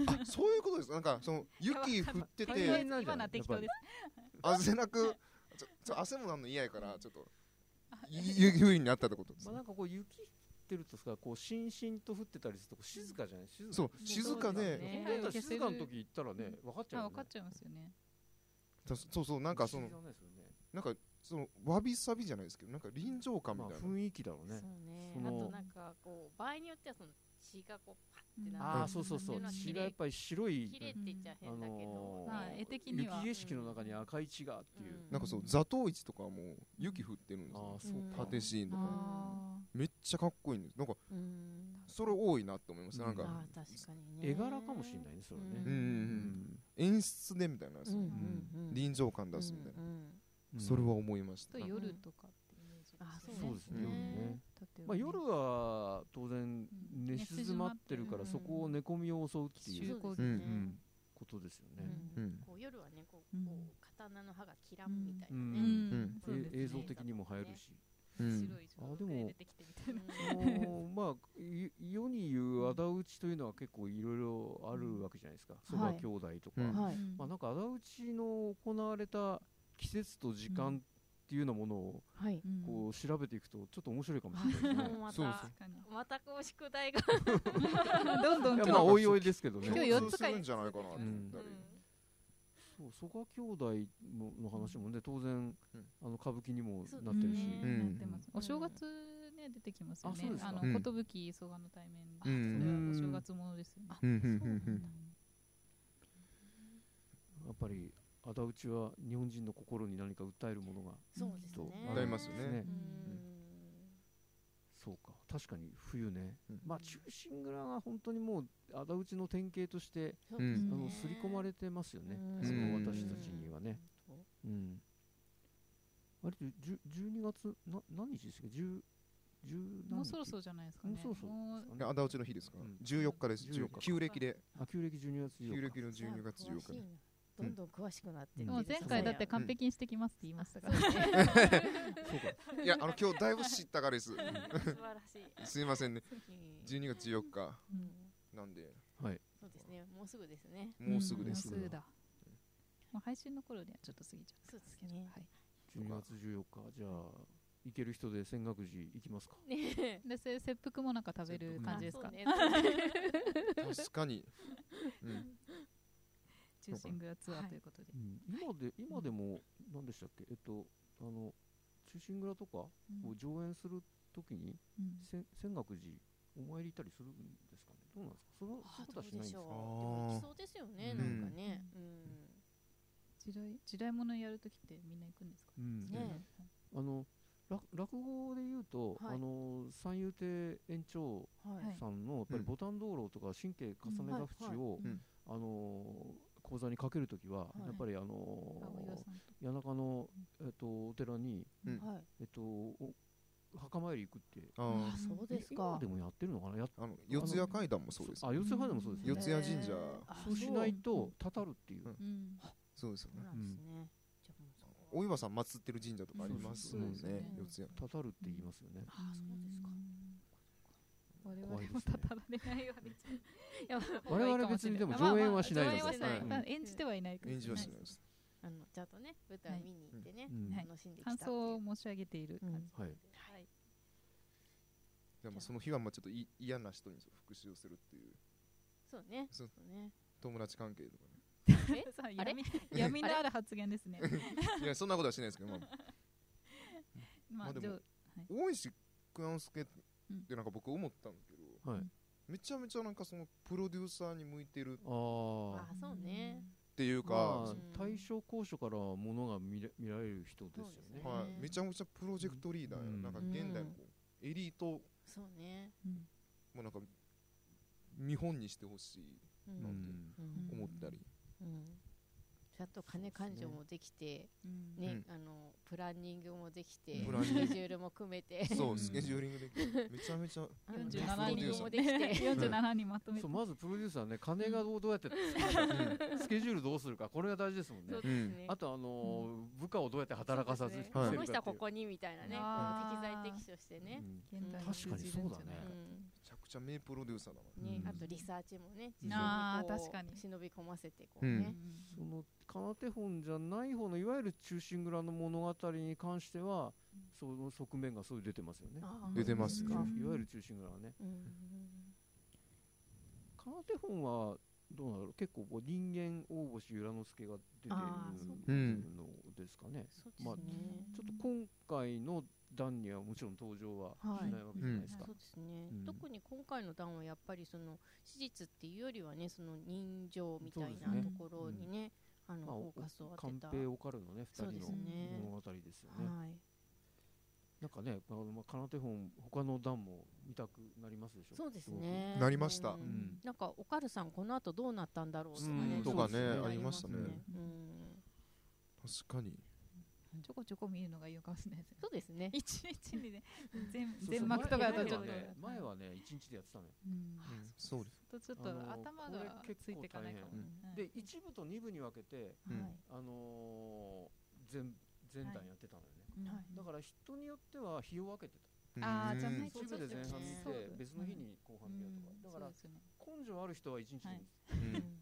Speaker 2: あそういうことですなんかその雪降って
Speaker 3: とりあえ
Speaker 2: て
Speaker 3: ず今のは適当です
Speaker 2: 汗なくちょちょ汗もなんの嫌やからちょっと雪冬になったってことです
Speaker 4: まあ、なんかこう雪降ってるとさ、こうしんしんと降ってたりすると、こう静かじゃない。静か
Speaker 2: そう静か
Speaker 1: そ
Speaker 2: で、
Speaker 1: うですね
Speaker 4: 本当だったら静かの時行ったらね、分かっちゃう
Speaker 3: あ
Speaker 4: よ
Speaker 3: 分
Speaker 4: ね。
Speaker 3: かっちゃいますよね
Speaker 2: たそうそうなんかその
Speaker 4: 不思議だねそれね
Speaker 2: なんかそのわびさびじゃないですけどなんか臨場感み
Speaker 4: まあ、
Speaker 2: たいな、
Speaker 4: 雰囲気だろうね
Speaker 1: そ。うね
Speaker 4: そ
Speaker 1: あ
Speaker 4: の
Speaker 1: となんかこう場合によってはその血がこうパッてな
Speaker 4: ああ、そうそうそうう。
Speaker 1: ん
Speaker 4: 血がやっぱり白い
Speaker 1: 綺。麗って言っちゃ変だけど、
Speaker 4: あ
Speaker 1: なん
Speaker 4: のー
Speaker 3: ま
Speaker 1: か
Speaker 3: あ
Speaker 1: こう
Speaker 3: 絵的に
Speaker 4: 雪
Speaker 3: は
Speaker 4: 景色の中に赤い血がっていう。
Speaker 2: なんかそう
Speaker 3: うん
Speaker 2: 座頭市とかも雪降ってるんです
Speaker 4: あ
Speaker 2: よ
Speaker 4: あ、そう
Speaker 1: ー
Speaker 4: か。
Speaker 2: 縦シーンとか
Speaker 3: あー
Speaker 2: めっちゃかっこいいんですなんか
Speaker 1: うん
Speaker 2: それ多いなって思います
Speaker 4: うん
Speaker 2: なん
Speaker 1: あ
Speaker 2: か
Speaker 1: あ確かにね
Speaker 4: 絵柄かもしれないね、それはね。
Speaker 1: う
Speaker 2: うんうんうん演出でみたいなやつ、
Speaker 1: うんうんうん
Speaker 2: 臨場感出すみたいな、
Speaker 1: うんうん
Speaker 4: うん
Speaker 2: それは思いまし
Speaker 3: ちょ
Speaker 2: た
Speaker 3: っと
Speaker 2: なんか
Speaker 3: 夜とかってイメージ
Speaker 1: あー
Speaker 3: ですよ
Speaker 4: そうですね
Speaker 2: うん
Speaker 4: ね
Speaker 1: 縦
Speaker 4: ま
Speaker 1: を
Speaker 4: あ、
Speaker 1: ね
Speaker 4: 夜は当然
Speaker 3: ん
Speaker 4: 寝静まってるか
Speaker 1: う
Speaker 4: ら
Speaker 1: ん
Speaker 4: そこを寝込みを襲うってい
Speaker 3: 集
Speaker 4: う
Speaker 1: そ
Speaker 3: 合
Speaker 1: うですね
Speaker 2: う
Speaker 4: うんことですよね。
Speaker 1: うん
Speaker 2: うん
Speaker 1: こう夜はねこ
Speaker 3: う
Speaker 1: うんこう刀の刃が切らんみたいうなね、
Speaker 4: ん
Speaker 1: うん
Speaker 2: うん
Speaker 3: そう
Speaker 4: え
Speaker 3: ですね
Speaker 4: 映像的にも流行るし。
Speaker 2: うん
Speaker 3: 白い状態で出てきてみたいな
Speaker 4: そのまあい世に言う仇討ちというのは結構いろいろあるわけじゃないですか。そば兄弟と
Speaker 2: う
Speaker 4: か。
Speaker 2: ん
Speaker 1: はい、
Speaker 4: まあ、なんか仇討ちの行われた季節と時間っていうようなものを
Speaker 1: はい、
Speaker 3: うん
Speaker 4: こう調べていくとちょっと面白いかもしれないですね。
Speaker 1: ま
Speaker 2: そう
Speaker 1: た
Speaker 2: そ
Speaker 3: 確かに
Speaker 1: またこう宿題が、
Speaker 3: どんど
Speaker 4: い
Speaker 3: ん
Speaker 4: や
Speaker 3: 今
Speaker 4: まあ
Speaker 3: 日
Speaker 4: おいおいですけどね。
Speaker 3: 今日
Speaker 2: 共
Speaker 3: 四
Speaker 2: 通
Speaker 3: つ
Speaker 2: す
Speaker 3: かい
Speaker 2: るんじゃないかなと思ったり、
Speaker 4: そう曽我兄弟のの話もね当然、
Speaker 2: うん
Speaker 4: あの歌舞伎にも
Speaker 1: そう
Speaker 4: なってるし、
Speaker 1: ね
Speaker 2: うん
Speaker 3: なってますお正月ね出てきますよ
Speaker 4: あそう
Speaker 3: ね
Speaker 4: ですか
Speaker 3: あの
Speaker 2: うん
Speaker 3: 寿曽我の対面それ
Speaker 2: うん
Speaker 3: はお正月ものですよね
Speaker 2: うんうん
Speaker 3: う
Speaker 2: うん
Speaker 3: ん
Speaker 4: やっぱり仇討ちは日本人の心に何か訴えるものが
Speaker 1: そうです
Speaker 4: と
Speaker 1: ね
Speaker 2: 歌いますよね
Speaker 1: う
Speaker 4: ね
Speaker 1: ん
Speaker 4: そうか確かに冬ね、
Speaker 2: うん
Speaker 4: まあ中心蔵が本当にもう仇討ちの典型として、
Speaker 1: そう
Speaker 2: うん
Speaker 1: ですね
Speaker 4: あの刷り込まれてますよね、
Speaker 1: うん
Speaker 4: その私たちにはね、うん、あれってじゅ12月な何日ですか10 10何日
Speaker 3: もうそろそろじゃないですかね
Speaker 4: もうそろそろ
Speaker 3: もう
Speaker 4: ですかね
Speaker 2: で仇討ちの日ですか、
Speaker 4: うん
Speaker 2: 14日です
Speaker 4: 14日
Speaker 2: 旧暦で
Speaker 4: あ旧暦12月
Speaker 2: 旧
Speaker 4: 8日
Speaker 2: 暦の12月14日
Speaker 1: じゃあ詳しいなどんどん詳しくなってって
Speaker 4: うん
Speaker 3: もう前回だって完璧にしてきますって言いましたから、
Speaker 4: そうか
Speaker 2: いやあの今日だいぶ知ったからです
Speaker 1: 素晴らしい
Speaker 2: すいませんね
Speaker 1: うん
Speaker 2: 12月14日
Speaker 1: うん
Speaker 2: なんで
Speaker 4: はい
Speaker 1: そうですねもうすぐですね
Speaker 2: もうすぐ
Speaker 4: ん
Speaker 2: です
Speaker 3: もうすぐだ。まあ配信の頃にはちょっと過ぎちゃったんですけ
Speaker 1: そうで
Speaker 3: ど、
Speaker 1: すね
Speaker 3: はい。
Speaker 4: 12月14日じゃあ行ける人で泉岳寺行きますか
Speaker 1: ね
Speaker 3: でせ切腹もなんか食べる感じですか。
Speaker 1: あそうね
Speaker 2: 確かに、うん、
Speaker 3: 中心グラツアーということで。
Speaker 4: うん今で今でも何でしたっけえっとあの中心蔵とかを
Speaker 3: うん
Speaker 4: 上演するときに
Speaker 3: うん
Speaker 4: せ泉岳寺お参り行ったりするんですかねどうなんですかそれは
Speaker 1: あ
Speaker 4: そういうこと
Speaker 1: ど
Speaker 4: は
Speaker 1: う
Speaker 4: しない
Speaker 1: で
Speaker 4: んです
Speaker 1: し
Speaker 4: か
Speaker 1: ょうでも行き
Speaker 2: あ
Speaker 1: そうですよね
Speaker 4: うん
Speaker 1: なんかねうん
Speaker 3: 時代時代物やるときってみんな行くんですか。
Speaker 4: うん
Speaker 1: ね
Speaker 4: あの落落語で言うと、
Speaker 1: はい
Speaker 4: あの三遊亭園長
Speaker 1: はい
Speaker 3: はい
Speaker 4: さんのやっぱ
Speaker 2: う
Speaker 4: り
Speaker 2: ん
Speaker 4: ボタン道路とか神経重ねが
Speaker 1: うんはい
Speaker 4: 縁を、
Speaker 2: いうん
Speaker 4: あの講座にかけるときは、
Speaker 1: はい
Speaker 4: やっぱりあの
Speaker 3: 青岩さんと。
Speaker 4: 谷中の、えっと、お寺に、
Speaker 2: うん
Speaker 1: はい
Speaker 4: えっと、お墓参り行くって
Speaker 2: あー
Speaker 1: あそうですか
Speaker 4: 今でもやってるのかなやっ
Speaker 2: あの四谷階段もそうです
Speaker 4: あ四谷でもそうですよ
Speaker 2: 四
Speaker 4: ね
Speaker 2: 谷神社
Speaker 1: あ
Speaker 4: そうしないとたたるっていううん
Speaker 3: うん。
Speaker 2: そうですよ
Speaker 1: そう
Speaker 2: ね
Speaker 1: なんですねじゃあもうそこは
Speaker 2: お岩さん祀ってる神社とかありますもん
Speaker 3: そうそう
Speaker 2: ね
Speaker 1: そう
Speaker 2: 四
Speaker 1: です
Speaker 2: 谷
Speaker 4: たたるって言いますよね
Speaker 1: あーそうですか
Speaker 3: 我々
Speaker 4: 怖いですね
Speaker 3: もたたられないように。
Speaker 1: いや
Speaker 4: 我々別にでも上演はしない
Speaker 1: の
Speaker 3: の
Speaker 1: で
Speaker 3: で。上演はしない
Speaker 1: うん
Speaker 3: まあ演じてはいないから。
Speaker 2: 演じはしないです
Speaker 1: あのちゃんとね舞台見に行ってね
Speaker 4: うん
Speaker 3: はい
Speaker 1: 楽しんできたっ
Speaker 3: 感
Speaker 1: ていう
Speaker 3: 想を申し上げている感じ。
Speaker 4: はい
Speaker 1: はい
Speaker 2: でもその日はまあちょっとい嫌な人に復讐をするっていう
Speaker 1: そうね
Speaker 2: そう
Speaker 1: ね
Speaker 2: 友達関係とか
Speaker 1: え
Speaker 3: さあ
Speaker 1: あれ
Speaker 3: 闇 闇のある発言ですね。
Speaker 2: ねいやそんなことはしないですけどまあ
Speaker 3: ま
Speaker 2: まあ
Speaker 3: あ、
Speaker 2: でも
Speaker 3: じょう
Speaker 2: 大石蔵之介ってなんか僕思ったんだけど
Speaker 4: はい
Speaker 2: めちゃめちゃなんかそのプロデューサーに向いてるっ
Speaker 4: あー
Speaker 1: あそうね
Speaker 2: ていう
Speaker 4: ま
Speaker 2: か
Speaker 4: あ
Speaker 1: うん
Speaker 4: 大正高所からものが見れ見られる人ですよ
Speaker 1: そう
Speaker 4: ね
Speaker 1: ですね
Speaker 2: はいめちゃめちゃプロジェクトリーダーや
Speaker 4: うん
Speaker 2: なんか現代のこうエリート
Speaker 1: そうね
Speaker 3: うん
Speaker 2: もなんか見本にしてほしい
Speaker 1: うん
Speaker 4: う
Speaker 2: なんんで
Speaker 1: うん
Speaker 2: 思ったり
Speaker 1: うんちゃんと金勘定もできて
Speaker 3: うん
Speaker 1: ねあのプランニングもできて
Speaker 2: プランニン
Speaker 1: ス
Speaker 2: グ
Speaker 1: ケジュールも組めて
Speaker 2: そううんスケジューリングできるめちゃめちゃ
Speaker 1: あの
Speaker 3: 47
Speaker 1: キャスティングもで き
Speaker 3: 人
Speaker 1: て
Speaker 3: 47人まとめて
Speaker 4: そうまずプロデューサーね金がどうどうやってスケジュールどうするかこれが大事ですもんね
Speaker 1: そう
Speaker 2: うん
Speaker 1: ね
Speaker 4: あとあのー部下をどうやって働かさず
Speaker 1: そう
Speaker 4: に
Speaker 1: ですね
Speaker 2: はい
Speaker 1: この人はこ
Speaker 4: こ
Speaker 1: こにみたいなね
Speaker 3: あ
Speaker 1: こ
Speaker 3: ー
Speaker 1: う適材適所してね
Speaker 3: 現代
Speaker 1: 確
Speaker 4: かにそうだね
Speaker 1: う
Speaker 4: うん
Speaker 1: ん
Speaker 2: めちゃくちゃ名プロデューサーだな
Speaker 1: ね
Speaker 4: うん
Speaker 1: あとリサーチもね事
Speaker 3: あ
Speaker 1: 前
Speaker 3: ー
Speaker 1: に
Speaker 3: 確か
Speaker 1: こ
Speaker 3: に
Speaker 1: う忍び込ませてこう
Speaker 2: う
Speaker 1: ね
Speaker 4: その空手本じゃない方のいわゆる「忠臣蔵」の物語に関しては
Speaker 3: うん
Speaker 4: その側面がすごい出てますよね。
Speaker 1: あー
Speaker 2: 出てます
Speaker 1: う
Speaker 2: か
Speaker 1: ん
Speaker 4: いわゆる忠臣蔵はね。
Speaker 1: うん
Speaker 4: 空手本はどうなの結構こう人間大星由良之助が出てる
Speaker 1: あーそう
Speaker 4: のですかね。
Speaker 1: そう
Speaker 4: まあ
Speaker 1: ですね
Speaker 4: ちょっと今回の段にはもちろん登場はしないわけじゃないですか。
Speaker 1: そうですね、
Speaker 4: うん
Speaker 1: 特に今回の段はやっぱりその史実っていうよりはねその人情みたい
Speaker 4: そう
Speaker 1: な
Speaker 4: です
Speaker 1: と
Speaker 3: ね
Speaker 1: ころにね、あの
Speaker 4: まあ
Speaker 1: フォーカスを当て
Speaker 4: 寛
Speaker 1: た、
Speaker 4: 平おかるのね
Speaker 1: そう
Speaker 4: 2
Speaker 1: です
Speaker 4: 人の
Speaker 1: ね
Speaker 4: 物語ですよね。
Speaker 1: はい
Speaker 4: なんかね、あのまあ、空手本、他の段も見たくなりますでしょ
Speaker 1: そうです。ね
Speaker 2: なりました
Speaker 1: うん
Speaker 4: うん
Speaker 1: なんかおかるさんこの後どうなったんだろうとか
Speaker 4: う
Speaker 1: ね
Speaker 4: ん
Speaker 1: ちょっ
Speaker 4: とかね
Speaker 1: 気にな
Speaker 4: あり
Speaker 2: ましたね
Speaker 1: うん
Speaker 2: 確かに
Speaker 3: ちょこちょこ見るのがいいのかもしれないですね
Speaker 1: そうですね
Speaker 3: 一日にね全
Speaker 4: そうそう
Speaker 3: 全幕とかだと
Speaker 4: 前
Speaker 3: ちょっ
Speaker 4: は
Speaker 3: と
Speaker 4: ね前はね、一日でやってたのよ。
Speaker 3: うん
Speaker 2: そうです
Speaker 3: とちょっ
Speaker 4: あ
Speaker 3: と
Speaker 4: の
Speaker 3: 頭
Speaker 4: こ
Speaker 3: が
Speaker 4: れ
Speaker 3: ついていかないかも
Speaker 2: 結構大
Speaker 3: うん
Speaker 4: で、一部と二部に分けて、
Speaker 2: う
Speaker 1: は
Speaker 2: ん
Speaker 1: い
Speaker 4: あのー、全全段やってたのよね。
Speaker 3: うん
Speaker 1: はい
Speaker 4: だから人によっては日を分けて
Speaker 3: あーじゃない
Speaker 4: た。
Speaker 3: そう
Speaker 4: 一部で前半見
Speaker 1: そう
Speaker 3: です
Speaker 4: て
Speaker 3: ね、
Speaker 4: 別の日に後半見ようとか。だ
Speaker 3: そう
Speaker 4: か
Speaker 3: ですね
Speaker 4: ら、根性ある人は一日で
Speaker 3: はい
Speaker 2: うん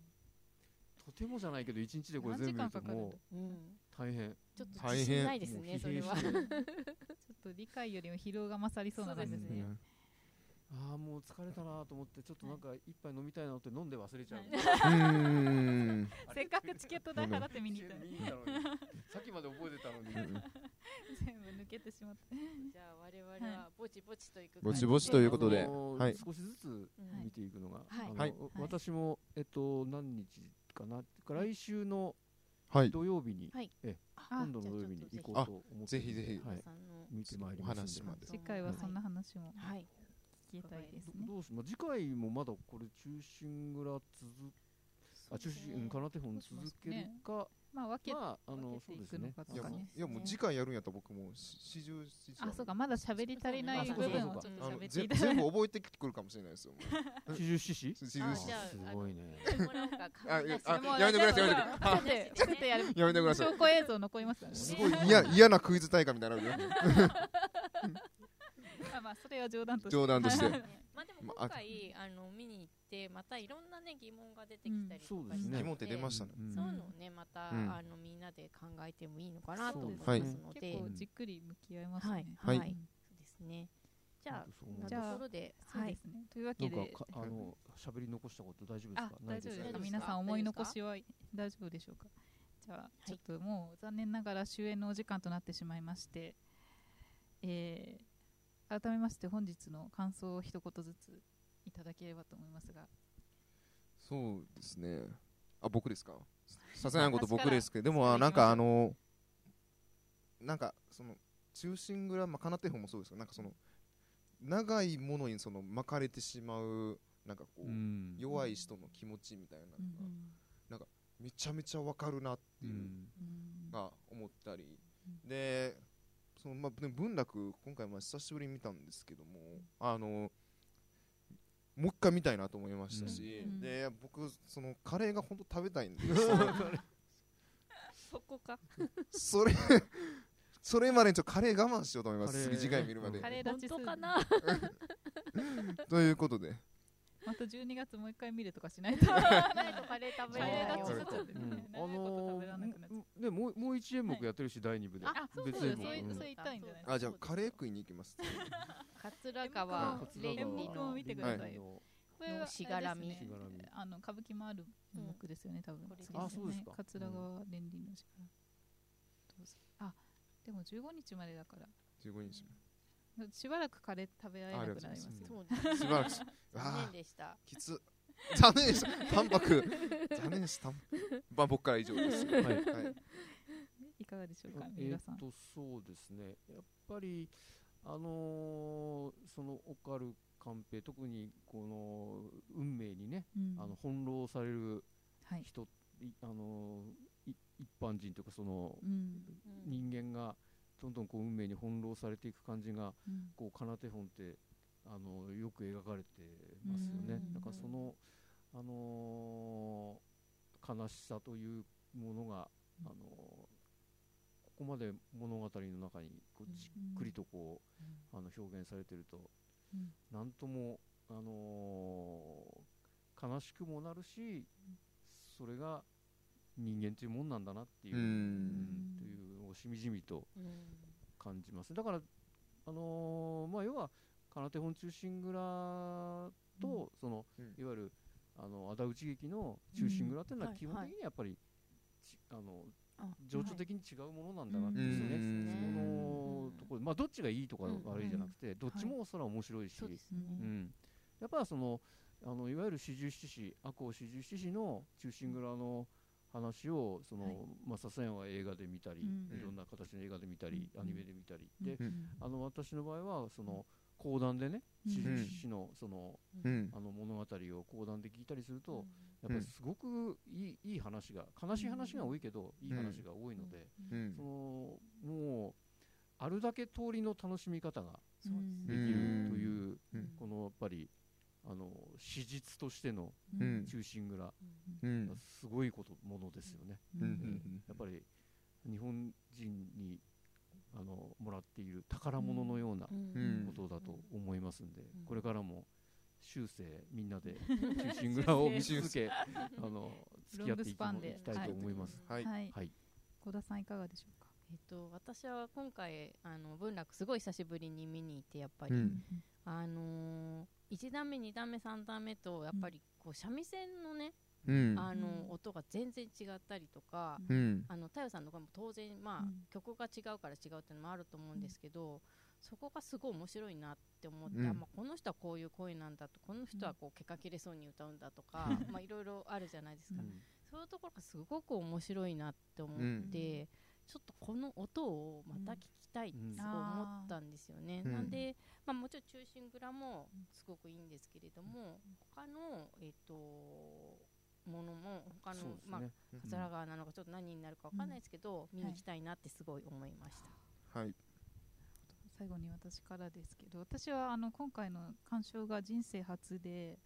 Speaker 4: とてもじゃないけど、一日でこれ全部見るともう
Speaker 1: うん
Speaker 4: 大変。
Speaker 1: ちょっと
Speaker 2: 大変
Speaker 1: 自信ないです
Speaker 4: もう
Speaker 1: ね
Speaker 4: 疲
Speaker 1: それ
Speaker 4: 弊
Speaker 1: は
Speaker 4: してる
Speaker 3: ちょっと理解よりも疲労が勝りそうな感じです
Speaker 1: そうです
Speaker 3: ね
Speaker 1: ね
Speaker 4: ああ、もう疲れたなと思って、ちょっとなんか一杯飲みたいなって飲んで忘れちゃう。
Speaker 2: うん
Speaker 3: せっかくチケット代払って見に行ったのに
Speaker 4: 見に行ったのにさっきまで覚えてたのに
Speaker 3: 全部抜けてしまった
Speaker 1: じゃあ我々はぼちぼちといく
Speaker 2: ぼちぼちということで
Speaker 4: あのー
Speaker 2: はい
Speaker 4: 少しずつ
Speaker 1: うん
Speaker 4: 見ていくのが、
Speaker 1: はい
Speaker 4: あの
Speaker 2: はい
Speaker 4: 私も、えっと、何日かな来週の
Speaker 2: はい
Speaker 4: 土曜日に、
Speaker 1: はい
Speaker 4: え
Speaker 1: あ
Speaker 4: 今度の土曜日に行こう
Speaker 2: あ
Speaker 4: と思って
Speaker 2: ぜひぜひ
Speaker 4: はい、
Speaker 1: さんの
Speaker 4: 見てまいり
Speaker 2: お
Speaker 4: ますん
Speaker 2: 話まで
Speaker 3: 次回はそんな話も
Speaker 1: はい
Speaker 3: 聞きたいです
Speaker 4: ど
Speaker 3: ね
Speaker 4: どうしまあ次回もまだこれ「忠臣蔵」続あ中心、うん、空手本続けるか、
Speaker 3: まあ分け、
Speaker 4: まああのそ
Speaker 3: 分けて
Speaker 4: うで
Speaker 3: い
Speaker 4: す
Speaker 3: く
Speaker 4: ね
Speaker 3: のかと
Speaker 2: いや
Speaker 3: か
Speaker 2: もう
Speaker 3: ね
Speaker 2: いやもう次回やるんやったら僕もうし四十七
Speaker 3: あそうかまだ喋り足りない部分をちょっと
Speaker 2: あの
Speaker 3: 喋って
Speaker 2: ぜ
Speaker 3: いただ
Speaker 2: 全
Speaker 3: いて
Speaker 2: 部覚えてくるかもしれないですよもう
Speaker 4: 四十四子
Speaker 2: 四十
Speaker 1: あ
Speaker 2: 四
Speaker 1: じゃあ
Speaker 4: すごいね
Speaker 1: もらおうか
Speaker 2: あいや あ
Speaker 3: もう
Speaker 2: やめてくださいやめてくださ
Speaker 3: だってだってやる
Speaker 2: いやめてください
Speaker 3: 証拠映像残りますからね
Speaker 2: すごい嫌嫌なクイズ大会みたいになるよ
Speaker 3: まあまあそれは冗談として
Speaker 2: 冗談として
Speaker 3: はい
Speaker 1: まあでも今回あの見に行ってまたいろんなね疑問が出てきたりと
Speaker 4: うんそう
Speaker 1: か
Speaker 4: です
Speaker 1: して、
Speaker 4: ね
Speaker 2: 疑問って出ましたね
Speaker 4: うん
Speaker 1: そういうのをねまた、
Speaker 2: うん
Speaker 1: あのみんなで考えてもいいのかなと
Speaker 4: そう
Speaker 1: 思い
Speaker 4: です
Speaker 1: ますの
Speaker 4: ね
Speaker 1: で、
Speaker 3: 結構じっくり向き合います
Speaker 1: はい
Speaker 3: ね
Speaker 1: はい、
Speaker 2: は
Speaker 1: そうですね。じゃあ
Speaker 4: 本当そ
Speaker 1: こ
Speaker 4: う思
Speaker 1: ん
Speaker 4: い
Speaker 1: な
Speaker 4: ます
Speaker 3: じゃあ
Speaker 1: ところで、
Speaker 3: そう
Speaker 1: は
Speaker 3: で
Speaker 1: い
Speaker 3: すねというわ
Speaker 4: な
Speaker 3: け
Speaker 4: ん
Speaker 3: で
Speaker 4: かかあの喋り残したこと大丈夫です
Speaker 3: あ
Speaker 4: かない
Speaker 3: 大丈夫
Speaker 4: よ
Speaker 3: です
Speaker 4: ね
Speaker 1: か
Speaker 3: 皆さん思い残しは大丈夫でしょうかじゃあ
Speaker 1: い
Speaker 3: ちょっともう残念ながら終演のお時間となってしまいまして、えー改めまして本日の感想を一言ずついただければと思いますが
Speaker 2: そうですねあ僕ですかさせないこと僕ですけどで
Speaker 3: 私
Speaker 2: も
Speaker 3: から
Speaker 2: あなんかあのなんかその中心蔵まあ奏手本もそうですけどなんかその長いものにその巻かれてしまうなんかこう、
Speaker 4: うん
Speaker 2: 弱い人の気持ちみたいなのが、めちゃめちゃわかるなっていう のが思ったり、でその、まあ、でも文楽今回まあ久しぶりに見たんですけども、あのもう一回見たいなと思いましたし、
Speaker 3: うん
Speaker 2: で僕そのカレーが本当食べたいんですよ
Speaker 1: そこか。
Speaker 2: それそれまでにちょっとカレー我慢しようと思いま
Speaker 4: カレ
Speaker 2: す
Speaker 4: ー
Speaker 2: 次回見るまで
Speaker 3: カレ ー
Speaker 1: 本
Speaker 3: 立ちす
Speaker 1: 当
Speaker 3: る
Speaker 1: かな。
Speaker 2: ということで
Speaker 3: また12月もう一回見るとかしないとカ
Speaker 1: ないとカレー食べ
Speaker 3: レ
Speaker 1: られな
Speaker 3: ー
Speaker 1: い
Speaker 3: 立
Speaker 1: よ
Speaker 3: ちになっちゃって
Speaker 4: う
Speaker 3: ね、
Speaker 4: んあ
Speaker 3: 長いこと
Speaker 4: の
Speaker 3: 食べられなくなっちゃう、
Speaker 4: ーでもうもう一演目やってるし第二部で
Speaker 1: あ
Speaker 3: そう
Speaker 4: 別
Speaker 3: そう
Speaker 4: 演
Speaker 3: そういう
Speaker 4: 目
Speaker 3: そう言いたいんじゃない
Speaker 2: あじゃあカレー食いに行きます
Speaker 1: 桂川レンリ
Speaker 4: レン
Speaker 3: リ
Speaker 1: ー
Speaker 3: ー
Speaker 1: の
Speaker 3: も見てくださいよ
Speaker 4: よ
Speaker 3: これはあれですね
Speaker 1: しがらみ
Speaker 4: しがらみ
Speaker 3: あの歌舞伎もある演目ですよね、多分
Speaker 1: これです
Speaker 4: ねあそうですか
Speaker 3: 桂川連理の時間、どうぞあでも15日までだから
Speaker 2: 15日
Speaker 3: しばらくカレー食べられなくなります
Speaker 2: あありがとうございます
Speaker 3: ね
Speaker 1: そうです
Speaker 2: しばらくし
Speaker 1: 残
Speaker 2: あ
Speaker 1: 念でした。
Speaker 2: きつ残念でした淡白残念でしたまあ僕から以上です
Speaker 4: はい
Speaker 2: はい
Speaker 3: いかがでしょうか
Speaker 4: あ
Speaker 3: 皆さん、
Speaker 4: えー、とそうですねやっぱりあのーそのオカル寛平特にこの運命にね、
Speaker 3: うん
Speaker 4: あの翻弄される
Speaker 3: はい、
Speaker 4: 人、いあのーい一般人というかその
Speaker 3: うん
Speaker 1: うん
Speaker 4: 人間がどんどんこう運命に翻弄されていく感じが
Speaker 3: うん
Speaker 4: こう奏手本ってあのよく描かれてますよね
Speaker 3: うん。
Speaker 4: なんかそのあのー悲しさというものが、
Speaker 3: うん
Speaker 4: あのーここまで物語の中にこ
Speaker 3: うん
Speaker 4: うじっくりとこう、あの表現されてると、
Speaker 3: うん
Speaker 4: なんともあのー悲しくもなるし、それが人間というもんなんだなっていう、
Speaker 2: う
Speaker 4: うん
Speaker 2: ん
Speaker 4: というのをしみじみと
Speaker 1: うん
Speaker 4: 感じますだから、あのーまあ、要は「空手本中心蔵と」その
Speaker 2: うん
Speaker 4: いわゆるあの仇討ち劇の中心蔵っていうの
Speaker 1: う
Speaker 4: は
Speaker 1: ん
Speaker 4: 基本的にやっぱり、ちあの
Speaker 1: あ
Speaker 4: 情緒的に違うものなんだなって
Speaker 2: うん
Speaker 4: いうね、
Speaker 1: うん
Speaker 4: そのところまあ、どっちがいいとか
Speaker 1: うん
Speaker 4: 悪いじゃなくて、どっちもそれは面白いし、
Speaker 1: そうです
Speaker 4: う
Speaker 1: ね。
Speaker 4: ん、やっぱそのあのいわゆる四十七士赤穂四十七士の中心蔵の話をその、
Speaker 1: はい
Speaker 4: まあ、笹山は映画で見たり、
Speaker 3: うん
Speaker 4: いろんな形の映画で見たり、
Speaker 3: うん
Speaker 4: アニメで見たり、
Speaker 3: うん
Speaker 4: であの私の場合はその講談でね
Speaker 3: うん
Speaker 4: 四十七士のその
Speaker 2: うん
Speaker 4: あの物語を講談で聞いたりすると、やっぱりすごくいいいい話が悲しい話が多いけど、いい話が多いので、
Speaker 2: うん
Speaker 4: そのもうあるだけ通りの楽しみ方が
Speaker 1: そうです
Speaker 2: う
Speaker 4: で
Speaker 1: ね。
Speaker 4: きるという。
Speaker 2: うん
Speaker 4: このやっぱりあの史実としての
Speaker 3: う
Speaker 2: うん
Speaker 3: ん
Speaker 4: 中心蔵、
Speaker 2: うん
Speaker 4: すごいことものですよね、
Speaker 3: う
Speaker 2: うん
Speaker 3: ん
Speaker 4: やっぱり日本人にあのもらっている宝物のような
Speaker 2: うん
Speaker 4: ことだと思いますんで、
Speaker 1: うん
Speaker 4: これからも終生みんな で中心蔵を見続け あの付き合って
Speaker 3: ロング
Speaker 4: いき
Speaker 3: スパンで
Speaker 4: いきたいと思います。
Speaker 2: はい
Speaker 3: はい
Speaker 4: はい、
Speaker 3: 小田さんいかがでしょうか、
Speaker 1: えっと私は今回あの文楽すごい久しぶりに見に行ってやっぱり、
Speaker 2: うん
Speaker 1: あのー、1段目2段目3段目とやっぱりこう三味線のね、
Speaker 2: うん
Speaker 1: あの
Speaker 3: うん
Speaker 1: 音が全然違ったりとか、
Speaker 3: うん
Speaker 2: うん
Speaker 1: あの太陽さんの声も当然、まあ
Speaker 3: うん
Speaker 1: 曲が違うから違うっていうのもあると思うんですけど、そこがすごい面白いなって思って、
Speaker 2: うん
Speaker 1: あまあ、この人はこういう声なんだとこの人はこう毛か切れそうに歌うんだとか、まあいろいろあるじゃないですか、
Speaker 4: うん
Speaker 1: そういうところがすごく面白いなって思って、
Speaker 2: うん
Speaker 1: ちょっとこの音をまた聞きたいって
Speaker 4: うん
Speaker 1: すごい思ったんですよね。
Speaker 2: うん
Speaker 1: なんで、まあ、もちろん中心蔵もすごくいいんですけれども、他の、えっとものも他の、
Speaker 4: そうですね、
Speaker 1: まあ、
Speaker 2: うん
Speaker 1: 桂川なのかちょっと何になるかわかんないですけど、見に行きたいなってすごい思いました。
Speaker 2: はい
Speaker 3: 最後に私からですけど私はあの今回の鑑賞が人生初で、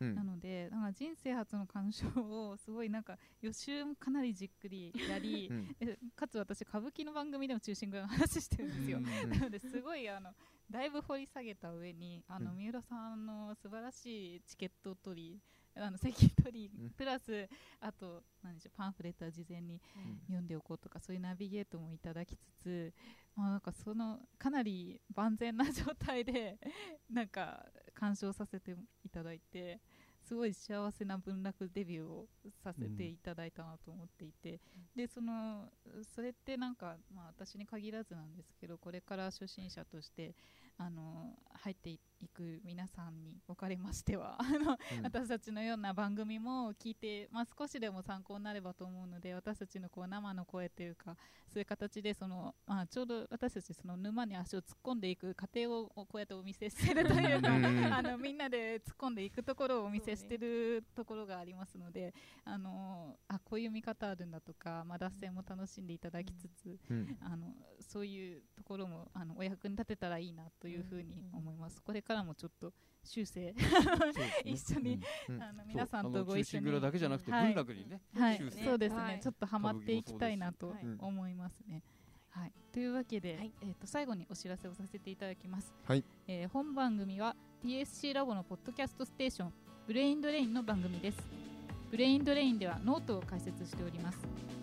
Speaker 2: うん
Speaker 3: なのでなんか人生初の鑑賞をすごいなんか予習もかなりじっくりやり
Speaker 2: う、ん
Speaker 3: えかつ私歌舞伎の番組でも中心ぐらいの話してるんですよ、 なのですごいあのだいぶ掘り下げた上にあの
Speaker 2: うん
Speaker 3: 三浦さんの素晴らしいチケット取りあの席取り
Speaker 2: うん
Speaker 3: プラスあと何でしょうパンフレットは事前に読んでおこうとかそういうナビゲートもいただきつつ、まあ、なんかそのかなり万全な状態で なんか鑑賞させていただいてすごい幸せな文楽デビューをさせていただいたなと思っていて、でそのそれってなんか、まあ、私に限らずなんですけどこれから初心者としてあの入っていく皆さんにおかれましては。あの
Speaker 2: うん
Speaker 3: 私たちのような番組も聞いて、まあ、少しでも参考になればと思うので私たちのこう生の声というかそういう形でその、まあ、ちょうど私たちその沼に足を突っ込んでいく過程をこうやってお見せしてるというか
Speaker 2: うんうん
Speaker 3: あのみんなで突っ込んでいくところをお見せしてるところがありますので、あのあこういう見方あるんだとか、まあ、脱線も楽しんでいただきつつ、
Speaker 2: うん
Speaker 3: あのそういうところもあのお役に立てたらいいなというふうに思います。これからもちょっと修正一緒に
Speaker 2: うん
Speaker 3: あの皆さんとご一緒に。
Speaker 4: 中心蔵だけじゃなくて
Speaker 3: はい
Speaker 4: 文楽にね、
Speaker 3: はい、
Speaker 4: 修正
Speaker 3: そうですね、
Speaker 1: はい
Speaker 3: ちょっとハマっていきたいなと
Speaker 1: 歌舞伎
Speaker 2: もそうですしはい
Speaker 3: 思いますね。はい、というわけで、
Speaker 1: はい
Speaker 3: えっ、と最後にお知らせをさせていただきます。
Speaker 2: はい
Speaker 3: えー本番組は TSC ラボのポッドキャストステーションブレインドレインの番組です。ブレインドレインではノートを開設しております。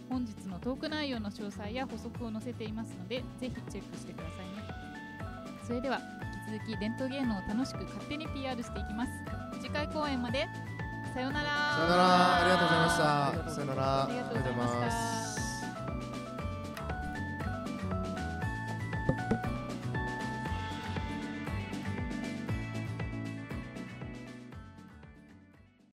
Speaker 3: 本日のトーク内容の詳細や補足を載せていますので、ぜひチェックしてくださいね。それでは引き続き伝統芸能を楽しく勝手に PR していきます。次回公演までさようなら。
Speaker 2: さよならありがとうございましたさよなら
Speaker 3: ありがとうございました